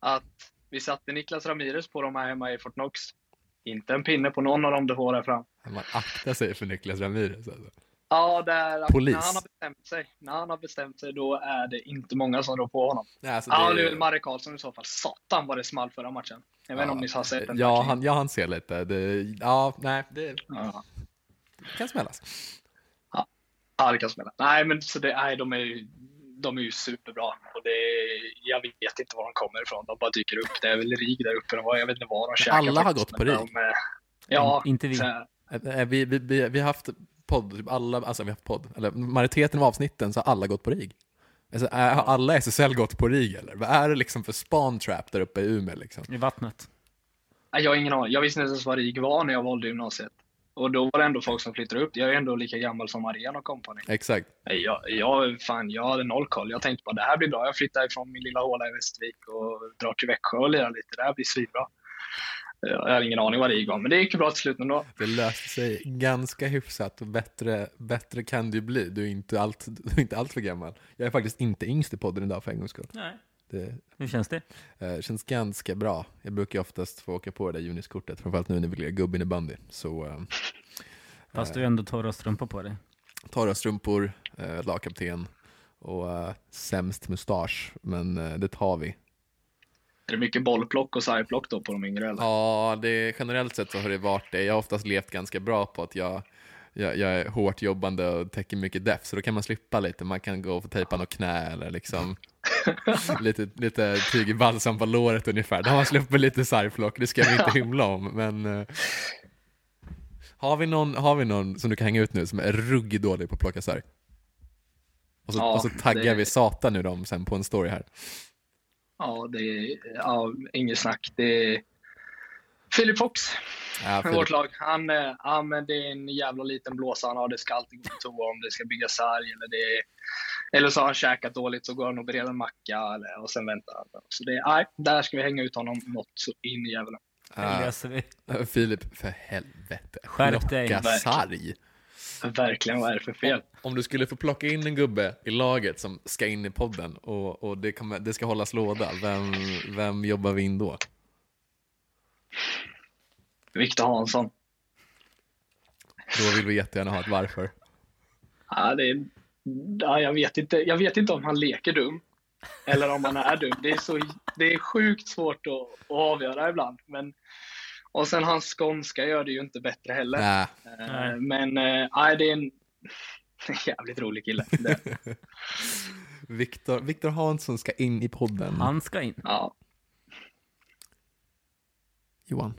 Speaker 3: att vi satte Niklas Ramirez på dem här hemma i Fortnox. Inte en pinne på någon av dem det var där fram.
Speaker 1: Man aktar sig för Niklas Ramirez alltså.
Speaker 3: Ja, där,
Speaker 1: Polis.
Speaker 3: När, han har bestämt sig, när han har bestämt sig, då är det inte många som rår på honom.
Speaker 1: Nej, alltså
Speaker 3: Ja, det är väl Marek Karlsson i så fall. Satan vad det small förra matchen. Jag vet inte om ni har sett den.
Speaker 1: Ja,
Speaker 3: matchen.
Speaker 1: han, ja, han ser lite. Det, ja, nej, det
Speaker 3: Ja.
Speaker 1: kan smällas.
Speaker 3: Ja, det kan spela. Nej, men så det, nej, de är ju de är ju superbra och det, jag vet inte var de kommer ifrån. De bara dyker upp. Det är väl RIG där uppe. De var, jag vet inte var de käkar.
Speaker 1: Alla har
Speaker 3: faktiskt,
Speaker 1: gått på
Speaker 3: men
Speaker 1: RIG.
Speaker 3: de, eh, ja,
Speaker 2: Inte vi.
Speaker 3: så här,
Speaker 1: Eh, eh, Vi, vi, vi, vi har haft podd, typ alla, alltså vi har haft podd, eller majoriteten av avsnitten så har alla gått på RIG. Alltså, eh, har alla SSL gått på RIG eller? Vad är det liksom för spawn trap där uppe i Umeå liksom?
Speaker 2: I vattnet.
Speaker 3: nej, jag har ingen aning. Jag visste inte ens vad RIG var när jag valde gymnasiet. Och då var det ändå folk som flyttade upp. Jag är ändå lika gammal som Marian och kompani.
Speaker 1: Exakt.
Speaker 3: Nej, Jag, jag, fan, jag hade noll koll. Jag tänkte bara det här blir bra. Jag flyttar ifrån min lilla håla i Västervik och drar till Växjö och lirar lite. Det här blir svinbra. Jag hade ingen aning vad det gick om, men det gick ju bra till slut ändå.
Speaker 1: Det löste sig ganska hyfsat. Bättre, bättre kan du bli. Du är inte allt, du är inte allt för gammal. Jag är faktiskt inte yngst i podden idag för en gångs skull.
Speaker 2: Nej.
Speaker 1: Det
Speaker 2: Hur känns det?
Speaker 1: eh, känns ganska bra. Jag brukar ju oftast få åka på det där Junis-kortet, framförallt nu när vi lirar gubben i bandy. Så eh,
Speaker 2: Fast du har ändå torra strumpor på dig.
Speaker 1: Tara-strumpor, eh, lagkapten och eh, sämst mustasch. Men eh, det tar vi.
Speaker 3: Är det mycket bollplock och sargplock då på de yngre? Eller?
Speaker 1: Ja, det, generellt sett så har det varit det. Jag har oftast levt ganska bra på att jag, jag, jag är hårt jobbande och täcker mycket def, så då kan man slippa lite. Man kan gå och tejpa något knä eller liksom lite, lite tigerbalsam på låret ungefär. Då har man sluppit lite sargflock, det ska vi inte hymla om. Men, eh, har, vi någon, har vi någon som du kan hänga ut nu som är ruggigt dålig på att plocka sarg? Och så,
Speaker 3: Ja,
Speaker 1: och så taggar
Speaker 3: det-
Speaker 1: vi Satan nu dem sen på en story här.
Speaker 3: Ja, det är ja, inget snack. Det är Philip Fox
Speaker 1: Ja,
Speaker 3: från vårt lag. Han, eh, ja, men det är en jävla liten blåsa han har. Det ska alltid gå på toa om det ska byggas sarg. Eller, det är, eller så har han käkat dåligt så går han och bereder en macka eller, och sen väntar han. Så det är, nej, där ska vi hänga ut honom något så in i jävla.
Speaker 2: Det
Speaker 1: Ah.
Speaker 2: löser vi.
Speaker 1: Äh, Filip, för helvete.
Speaker 2: Skärp
Speaker 1: plocka
Speaker 2: dig.
Speaker 1: sarg.
Speaker 3: Verkligen, vad är det för fel?
Speaker 1: Om du skulle få plocka in en gubbe i laget som ska in i podden och, och det, kommer, det ska hållas låda, vem, vem jobbar vi in då?
Speaker 3: Viktor Hansson.
Speaker 1: Då vill vi jättegärna ha ett varför.
Speaker 3: Ja, det är, ja, jag, vet inte, jag vet inte om han leker dum eller om han är dum. Det är, så, det är sjukt svårt att, att avgöra ibland. Men, och sen hans skånska gör det ju inte bättre heller.
Speaker 1: Nej,
Speaker 3: Eh,
Speaker 2: Nej.
Speaker 3: Men eh, nej, det är en jävligt rolig kille. Det,
Speaker 1: Viktor, Viktor Hansson ska in i podden.
Speaker 2: Han ska in.
Speaker 3: ja.
Speaker 1: Johan.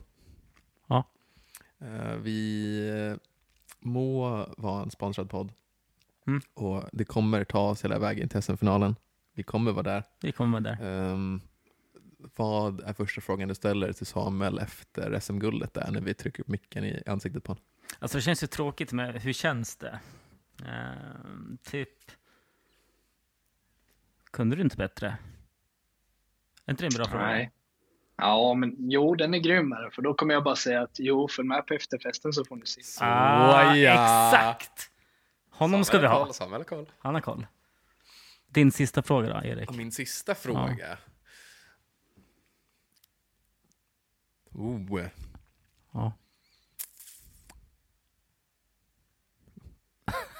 Speaker 2: Ja.
Speaker 1: Eh, vi eh, må vara en sponsrad podd.
Speaker 2: Mm.
Speaker 1: Och det kommer ta oss hela vägen till SM-finalen. Vi kommer vara där.
Speaker 2: Vi kommer vara där.
Speaker 1: Ehm, vad är första frågan du ställer till Samuel efter SM-guldet där när vi trycker upp micken i ansiktet på honom?
Speaker 2: Alltså det känns ju tråkigt med hur känns det? Ehm, typ... Kunde du inte bättre? Är inte det en bra fråga?
Speaker 3: Nej. Ja, men jo, den är grym här, för då kommer jag bara säga att jo, följ med på efterfesten så får ni se.
Speaker 2: Ah,
Speaker 1: Såja.
Speaker 2: exakt! Honom ska vi ha.
Speaker 1: Samuel koll.
Speaker 2: Han har koll. Din sista fråga då, Erik.
Speaker 1: Och min sista fråga. Oh.
Speaker 2: Ja.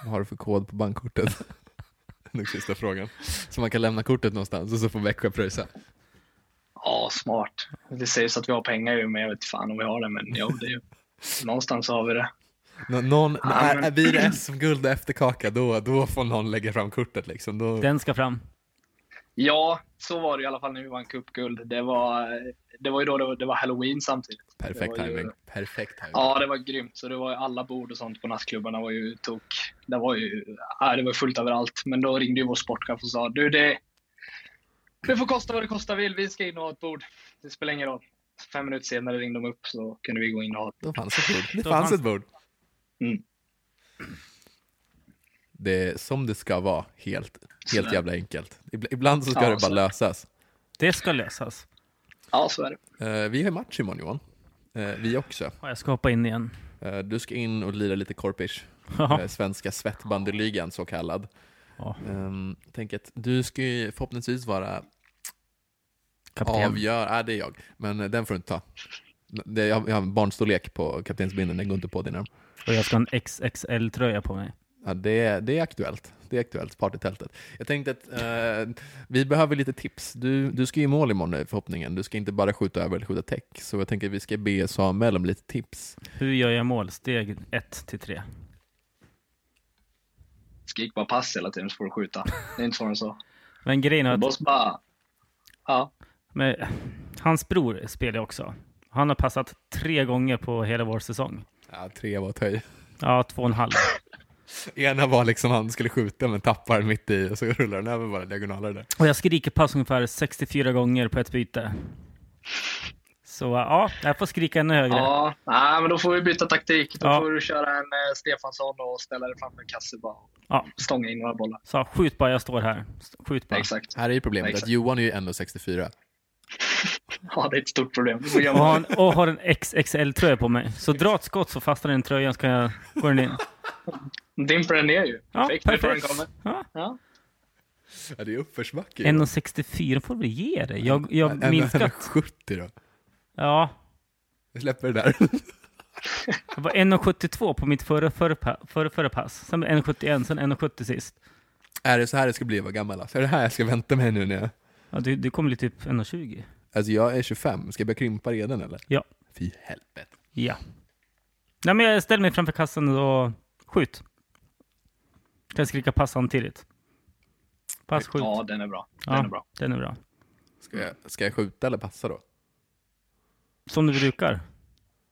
Speaker 1: Vad har du för kod på bankkortet? Den sista frågan. Så man kan lämna kortet någonstans och så får Växjö pröjsa.
Speaker 3: Ja, smart. Det sägs att vi har pengar ju, men jag vet fan om vi har det. Men jo, det är ju, någonstans har vi det.
Speaker 1: Nå- Någon,
Speaker 3: Ja, men-
Speaker 1: är, blir det SM-guld och efterkaka, då, då får någon lägga fram kortet liksom. Då...
Speaker 2: Den ska fram.
Speaker 3: Ja, så var det i alla fall när vi vann cupguld. Det var, det var ju då det var, det var halloween samtidigt. Det
Speaker 1: Perfekt
Speaker 3: var ju-
Speaker 1: timing. Perfekt timing.
Speaker 3: Ja, det var grymt. Så det var ju alla bord och sånt på nattklubbarna var ju tok. Det var ju ja, det var fullt överallt. Men då ringde ju vår sportchef och sa du det, det får kosta vad det kosta vill. Vi ska in och ha ett bord. Det spelar ingen roll. Fem minuter senare ringde de upp så kunde vi gå in och ha ett.
Speaker 1: Då fanns ett bord. Det
Speaker 2: Då
Speaker 1: fanns
Speaker 2: fanns-
Speaker 1: ett bord.
Speaker 3: Mm.
Speaker 1: Det är som det ska vara, helt, helt
Speaker 3: Sådär.
Speaker 1: jävla enkelt. Ibl- Ibland så ska
Speaker 3: Ja,
Speaker 1: det bara
Speaker 3: sådär.
Speaker 1: lösas.
Speaker 2: Det ska lösas.
Speaker 3: Ja, så är det.
Speaker 1: Eh, vi har match imorgon Johan. Eh, vi också.
Speaker 2: Och jag ska hoppa in igen.
Speaker 1: Eh, du ska in och lira lite korpish.
Speaker 2: Ja.
Speaker 1: Eh, svenska svettbandyligan så kallad.
Speaker 2: Ja.
Speaker 1: Ehm, tänk att du ska ju förhoppningsvis vara
Speaker 2: kapten.
Speaker 1: Avgör, nej det är jag. Men eh, den får du inte ta. Det, jag, jag har en barnstorlek på kaptensbindeln, den går inte på din arm.
Speaker 2: Och jag ska ha en XXL-tröja på mig.
Speaker 1: Ja, det, det är aktuellt. Det är aktuellt, partytältet. Jag tänkte att eh, vi behöver lite tips. Du, du ska ju i mål imorgon nu, förhoppningen. Du ska inte bara skjuta över eller skjuta täck. Så jag tänker att vi ska be Samuel om lite tips.
Speaker 2: Hur gör jag mål? Steg 1 till 3.
Speaker 3: Skrik bara pass hela tiden så får du skjuta. Det är inte svårare än så.
Speaker 2: Men grejen är att
Speaker 3: Boss bara... Ja,
Speaker 2: men, hans bror spelar ju också. Han har passat tre gånger på hela vår säsong.
Speaker 1: Ja, tre var att ta i.
Speaker 2: Ja, två och en halv.
Speaker 1: Ena var liksom han skulle skjuta men tappar mitt i och så rullar den över bara diagonaler där.
Speaker 2: Och jag skriker pass ungefär 64 gånger på ett byte. Så ja, jag får skrika ännu högre.
Speaker 3: ja. Nej, men då får vi byta taktik. Då
Speaker 2: Ja.
Speaker 3: får du köra en eh, Stefansson och ställa dig framför en kasse bara och
Speaker 2: Ja.
Speaker 3: stånga in några bollar.
Speaker 2: Så skjut bara, jag står här. Skjut bara.
Speaker 3: Exakt.
Speaker 1: Här är ju problemet
Speaker 3: Exakt.
Speaker 1: att Johan är ju 1,64.
Speaker 3: Ja, det är ett stort problem. Du får
Speaker 2: Och
Speaker 3: gömma
Speaker 2: har, och har en XXL-tröja på mig. Så dra ett skott så fastnar den i tröjan så kan jag gå den in.
Speaker 3: dig. Dimper den ner ju.
Speaker 2: Ja,
Speaker 3: Perfekt. Nu får den
Speaker 2: perfekt.
Speaker 3: komma.
Speaker 2: Ja.
Speaker 3: Ja.
Speaker 1: Ja, det är uppförsbacke.
Speaker 2: 1,64 får vi ge dig. Jag, jag minskat.
Speaker 1: 70 då.
Speaker 2: Ja,
Speaker 1: Jag släpper det där.
Speaker 2: det var 1,72 på mitt förra, förra, pa- förra, förra pass. Sen blev det 1,71, sen 1,70 sist.
Speaker 1: är det så här det ska bli att vara gammal? Alltså? Är det här jag ska vänta mig nu när jag...
Speaker 2: Ja, du, du kommer bli typ 1,20.
Speaker 1: Alltså jag är 25, ska jag börja krympa redan eller?
Speaker 2: Ja.
Speaker 1: Fy helvete.
Speaker 2: Ja. Nej, men jag ställer mig framför kassan och skjut. Kan jag skrika pass samtidigt? Pass, skjut.
Speaker 3: ja, den är bra. Den
Speaker 2: Ja,
Speaker 3: är bra.
Speaker 2: Den är bra.
Speaker 1: Ska jag, ska jag skjuta eller passa då?
Speaker 2: Som du brukar.
Speaker 3: Mm.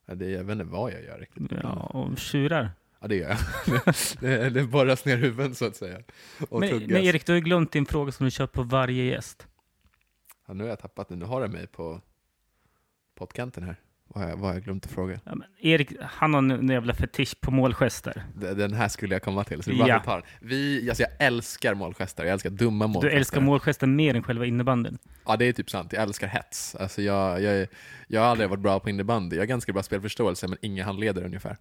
Speaker 1: Ja, det, jag vet inte vad jag gör riktigt.
Speaker 2: Ja, och tjurar.
Speaker 1: Ja, det gör jag. det, det borras ner huven så att säga. Och
Speaker 2: Men,
Speaker 1: tuggas.
Speaker 2: men Erik, du har ju glömt din fråga som du kör på varje gäst.
Speaker 1: Ja, nu har jag tappat det. Nu har jag mig på poddkanten här. Vad har jag, vad har jag glömt att fråga?
Speaker 2: Ja, men Erik, han har en, en jävla fetisch på målgester.
Speaker 1: D- Den här skulle jag komma till, så det är bara
Speaker 2: Ja.
Speaker 1: att jag tar den. Vi, alltså jag älskar målgester, jag älskar dumma
Speaker 2: Du
Speaker 1: målgester.
Speaker 2: älskar målgester mer än själva innebanden.
Speaker 1: Ja, det är typ sant. Jag älskar hets. Alltså jag, jag, är- jag har aldrig varit bra på innebandy. Jag har ganska bra spelförståelse, men inga handleder ungefär.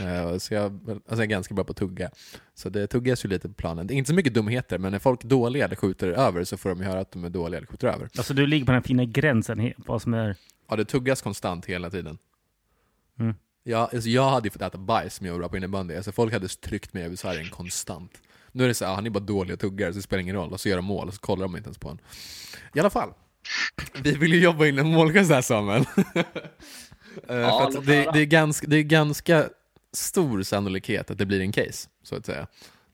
Speaker 1: Eh, Så jag, alltså jag är ganska bra på att tugga. Så det tuggas ju lite på planen. Det är inte så mycket dumheter, men när folk är dåliga eller skjuter över så får de ju höra att de är dåliga eller skjuter över.
Speaker 2: Alltså, du ligger på den här fina gränsen he- vad som är...
Speaker 1: Ja, det tuggas konstant hela tiden.
Speaker 2: Mm.
Speaker 1: Ja, alltså jag hade ju fått äta bajs om jag var bra på innebandy. Alltså folk hade tryckt mig över sargen konstant. Nu är det så här, ah, han är bara dålig och tuggar, så det spelar ingen roll. Och så gör de mål, och så kollar de inte ens på en. I alla fall. Vi vill ju jobba in en målgest här, Samuel. Eh,
Speaker 3: Ja,
Speaker 1: för
Speaker 3: låt
Speaker 1: att det,
Speaker 3: höra.
Speaker 1: det, är ganska, det är ganska stor sannolikhet att det blir en case, så att säga.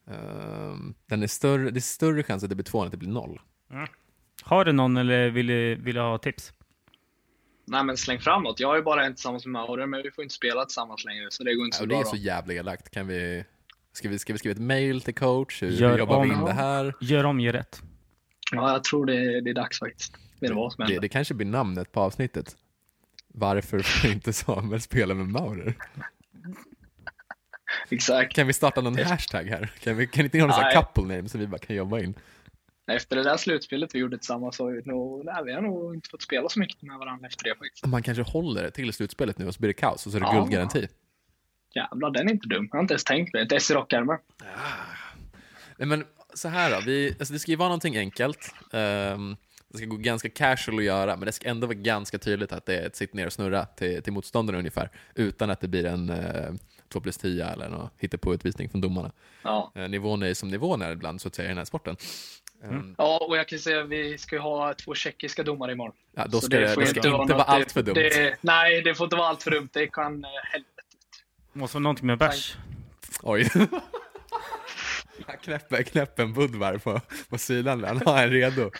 Speaker 1: Eh, den är större, det är större chans att det blir två än att det blir noll.
Speaker 2: Har du någon eller vill, du- vill du ha tips?
Speaker 3: Nej, men släng fram något. Jag har ju bara en tillsammans med Maurer, men vi får inte spela tillsammans längre, så det går inte
Speaker 1: Ja,
Speaker 3: så
Speaker 1: och det
Speaker 3: bra.
Speaker 1: är
Speaker 3: då.
Speaker 1: så jävla elakt. Kan vi, ska, vi, ska vi skriva ett mail till coach? Hur
Speaker 2: Gör
Speaker 1: jobbar vi
Speaker 2: om.
Speaker 1: in det här?
Speaker 2: Gör om, gör rätt.
Speaker 3: Ja, jag tror det, det är dags faktiskt. Det är vad som
Speaker 1: Det,
Speaker 3: händer.
Speaker 1: det kanske blir namnet på avsnittet. Varför får inte Samuel spela med Maurer?
Speaker 3: Exakt.
Speaker 1: Kan vi starta någon hashtag här? Kan, vi, kan inte ni ha någon sån här
Speaker 3: Nej.
Speaker 1: couple name som vi bara kan jobba in?
Speaker 3: Efter det där slutspelet vi gjorde tillsammans så har vi, nog, nej, vi har nog inte fått spela så mycket med varandra efter det faktiskt.
Speaker 1: Man kanske håller det till slutspelet nu och så blir det kaos och så är det
Speaker 3: Ja.
Speaker 1: guldgaranti.
Speaker 3: Jävlar, den är inte dum. Jag har inte ens tänkt på det. Ett S i rockärmen.
Speaker 1: Nej, men så här då, vi, alltså det ska ju vara någonting enkelt. Ehm, det ska gå ganska casual att göra, men det ska ändå vara ganska tydligt att det är ett sitt ner och snurra till, till motståndaren ungefär, utan att det blir en uh, 2 plus 10 eller något hittepåutvisning från domarna.
Speaker 3: Ja.
Speaker 1: Eh, nivån är ju som nivån är ibland, så att säga, i den här sporten. Ehm,
Speaker 3: ja, och jag kan säga att vi ska ju ha två tjeckiska domare imorgon.
Speaker 1: ja, då
Speaker 3: Så
Speaker 1: ska det, det,
Speaker 3: får
Speaker 1: ska inte vara,
Speaker 3: något-
Speaker 1: allt för dumt.
Speaker 3: Det, nej, det får inte vara allt för dumt. Det kan eh, helvete.
Speaker 2: Måste vara någonting med bärs.
Speaker 1: Oj. Han knäpper, knäpper en budvar på, på sidan där, han har en redo.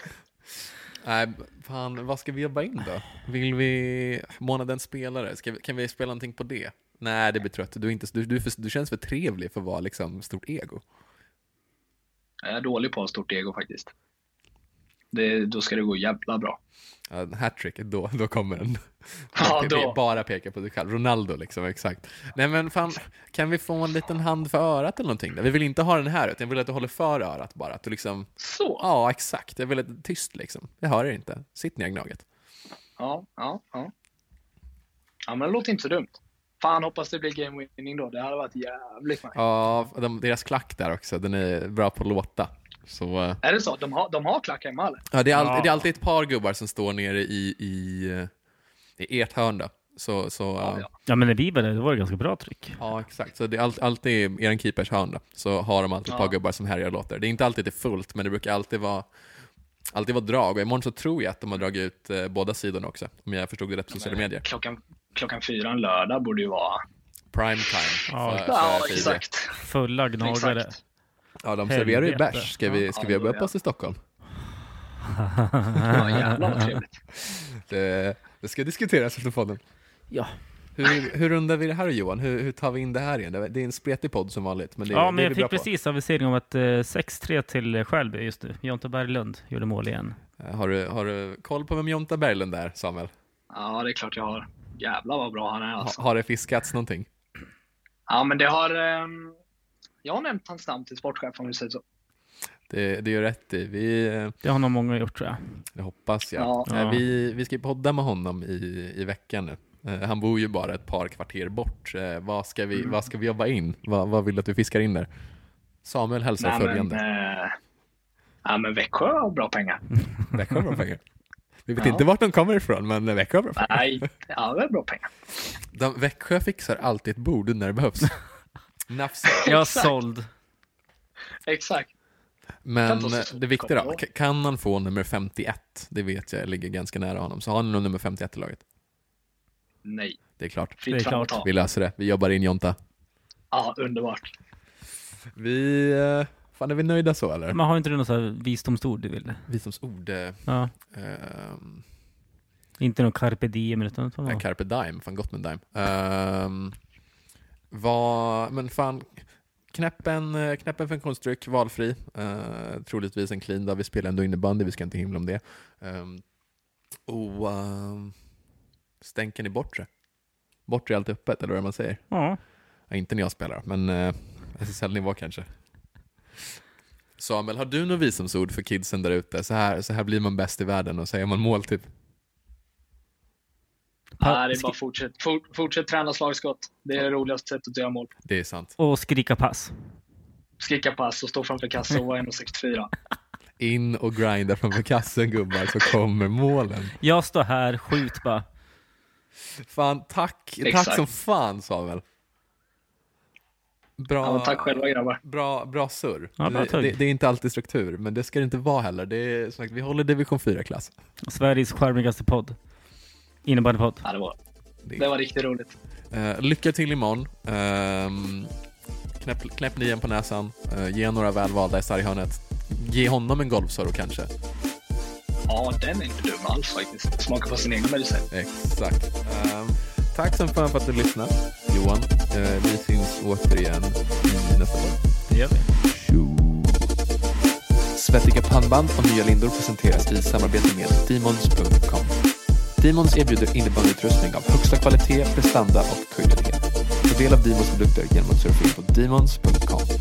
Speaker 1: Nej, fan, vad ska vi jobba in då? Vill vi månadens spelare? Ska vi, kan vi spela någonting på det? Nej, det blir trött. Du, är inte, du, du, är för, du känns för trevlig för att vara liksom stort ego.
Speaker 3: Jag är dålig på att ha stort ego faktiskt. Det, då ska det gå jävla bra.
Speaker 1: Ja, Hattrick, då, då kommer den.
Speaker 3: Ja, då.
Speaker 1: Bara peka på dig själv. Ronaldo liksom, exakt. Nej men fan, kan vi få en liten hand för örat eller någonting? Där? Vi vill inte ha den här, utan jag vill att du håller för örat bara. Att du liksom
Speaker 3: Så!
Speaker 1: Ja, exakt. Jag vill att det är tyst liksom. Jag hör er inte. Sitt ner Gnaget.
Speaker 3: Ja, ja, ja. Ja, men det låter inte så dumt. Fan, hoppas det blir game winning då. Det hade varit jävligt nice.
Speaker 1: Ja, de, deras klack där också, den är bra på att låta. Så, eh,
Speaker 3: Är det så? De har, de har klack hemma eller?
Speaker 1: ja, det, är alltid,
Speaker 2: Ja.
Speaker 1: det är alltid ett par gubbar som står nere i, i, eh, i ert hörn där. Så, så, eh,
Speaker 3: ja.
Speaker 2: Ja, men när vi var där, då var det ganska bra tryck.
Speaker 1: Ja, exakt. Så det är all, alltid i er keepers hörn då, så har de alltid ett par
Speaker 3: Ja.
Speaker 1: gubbar som härjar och låter. Det är inte alltid det är fullt, men det brukar alltid vara, alltid vara drag. Och imorgon så tror jag att de har dragit ut eh, båda sidorna också, om jag förstod det rätt på sociala medier.
Speaker 3: Klockan, klockan fyra en lördag borde ju vara...
Speaker 1: Prime time.
Speaker 2: Ja.
Speaker 1: för- för
Speaker 3: Ja,
Speaker 1: FIB.
Speaker 3: exakt.
Speaker 2: Fulla gnagare.
Speaker 3: Exakt.
Speaker 1: Ja, de serverar ju
Speaker 2: Helvete.
Speaker 1: bärs. Ska vi, ska vi
Speaker 3: Ja, det
Speaker 1: jobba upp
Speaker 3: gör
Speaker 1: oss i Stockholm?
Speaker 3: Ja, jävlar vad trevligt.
Speaker 1: Det, det ska diskuteras efter podden.
Speaker 2: Ja,
Speaker 1: Hur, hur rundar vi det här Johan? Hur, hur tar vi in det här igen? Det är en spretig podd som vanligt, men det,
Speaker 2: ja
Speaker 1: det
Speaker 2: men
Speaker 1: är vi bra
Speaker 2: jag fick
Speaker 1: på.
Speaker 2: precis avisering om att eh, 6-3 till eh, Skälby just nu. Jonte Berglund gjorde mål igen.
Speaker 1: Eh, Har du, har du koll på vem Jonta Berglund är, Samuel?
Speaker 3: Ja, det är klart jag har. Jävlar vad bra han är
Speaker 1: Ha,
Speaker 3: alltså.
Speaker 1: har det fiskats någonting?
Speaker 3: Ja, men det har... ehm, jag har nämnt hans namn till sportchef om vi säger så.
Speaker 1: Det, det är ju rätt i. Vi, eh,
Speaker 2: Det har nog många gjort tror jag.
Speaker 1: Det hoppas jag.
Speaker 3: Ja.
Speaker 1: Eh,
Speaker 2: Ja.
Speaker 1: Vi, vi ska ju podda med honom i, i veckan nu. Eh, Han bor ju bara ett par kvarter bort. Eh, Vad ska
Speaker 3: Mm.
Speaker 1: vi, vad ska vi jobba in? Vad, vad vill du att vi fiskar in där? Samuel hälsar
Speaker 3: Nej, men,
Speaker 1: följande.
Speaker 3: eh, ja, men Växjö har bra pengar.
Speaker 1: Växjö har bra pengar. Vi vet
Speaker 3: Ja.
Speaker 1: inte vart de kommer ifrån, men Växjö har bra pengar.
Speaker 3: Nej, ja, det är bra pengar.
Speaker 1: De, Växjö fixar alltid ett bord när det behövs. Nafs.
Speaker 2: Jag är
Speaker 3: Exakt.
Speaker 2: såld.
Speaker 3: Exakt.
Speaker 1: Men
Speaker 3: Kan ta sig
Speaker 1: eh,
Speaker 3: så-
Speaker 1: det viktiga då,
Speaker 3: kan
Speaker 1: k- kan han få nummer 51? Det vet jag ligger ganska nära honom. Så har han nog nummer 51 i laget.
Speaker 3: Nej,
Speaker 1: Det är klart.
Speaker 2: Det är
Speaker 3: fritt fram och
Speaker 2: klart.
Speaker 3: ta.
Speaker 1: Vi löser det. Vi jobbar in Jonta.
Speaker 3: Ja, underbart.
Speaker 1: Vi... eh, Fan, är vi nöjda så eller?
Speaker 2: Men har inte du något så här visdomsord du vill?
Speaker 1: visdomsord. Eh,
Speaker 2: Ja.
Speaker 1: ehm,
Speaker 2: Inte någon carpe diem utan vad var det?
Speaker 1: Carpe dime, fan gott med en dime. Ehm, vad, men fan, knäpp en, eh, knäpp en funktionsdryck, valfri. Uh, troligtvis en clean där vi spelar ändå innebandy, vi ska inte himla om det. Um, och ehm, stänken i bortre. Bortre är alltid öppet, eller vad är det man säger?
Speaker 2: Ja.
Speaker 1: Ja, inte när jag spelar, men uh, SSL-nivå kanske. Samuel, har du något visumsord för kidsen där ute? Så här, så här blir man bäst i världen och så gör man mål typ.
Speaker 2: Pa-
Speaker 3: Ja, det är bara
Speaker 2: skri-
Speaker 3: fortsätt. For, fortsätt träna slagskott. Det är det roligaste sättet att göra mål.
Speaker 1: Det är sant.
Speaker 2: Och skrika pass.
Speaker 3: Skicka pass och stå framför kassa och vara 1,64.
Speaker 1: In och grinda framför kassen gubbar så kommer målen.
Speaker 2: Jag står här, skjut bara.
Speaker 1: Fan, tack, tack
Speaker 3: Exakt.
Speaker 1: som fan Samuel. Bra,
Speaker 3: Ja, men tack själva grabbar.
Speaker 1: bra, bra surr.
Speaker 2: Ja, bra
Speaker 1: det,
Speaker 2: tugg.
Speaker 1: det, det är inte alltid struktur, men det ska det inte vara heller. Det är, som sagt, vi håller division 4-klass.
Speaker 2: Sveriges charmigaste podd. Innebandypodd.
Speaker 3: Ja, det, var,
Speaker 1: Det är-
Speaker 3: det var riktigt roligt.
Speaker 1: Eh, lycka till imorgon. Um, knäpp, knäpp nian på näsan, eh, ge några välvalda i sarghörnet. Ge honom en golfsurr kanske.
Speaker 3: Ja, den är inte dum alls faktiskt. Smaka på sin egen medicin.
Speaker 1: Exakt. Ehm, tack så fan för att du lyssnade, Johan. Eh, vi syns återigen i nästa podd.
Speaker 2: Det gör vi.
Speaker 4: Svettiga pannband och nya lindor presenteras i samarbete med Demons.com. Demons erbjuder innebandyutrustning av högsta kvalitet, prestanda och kunnighet. Ta del av Demons produkter genom att surfa in på Demons.com.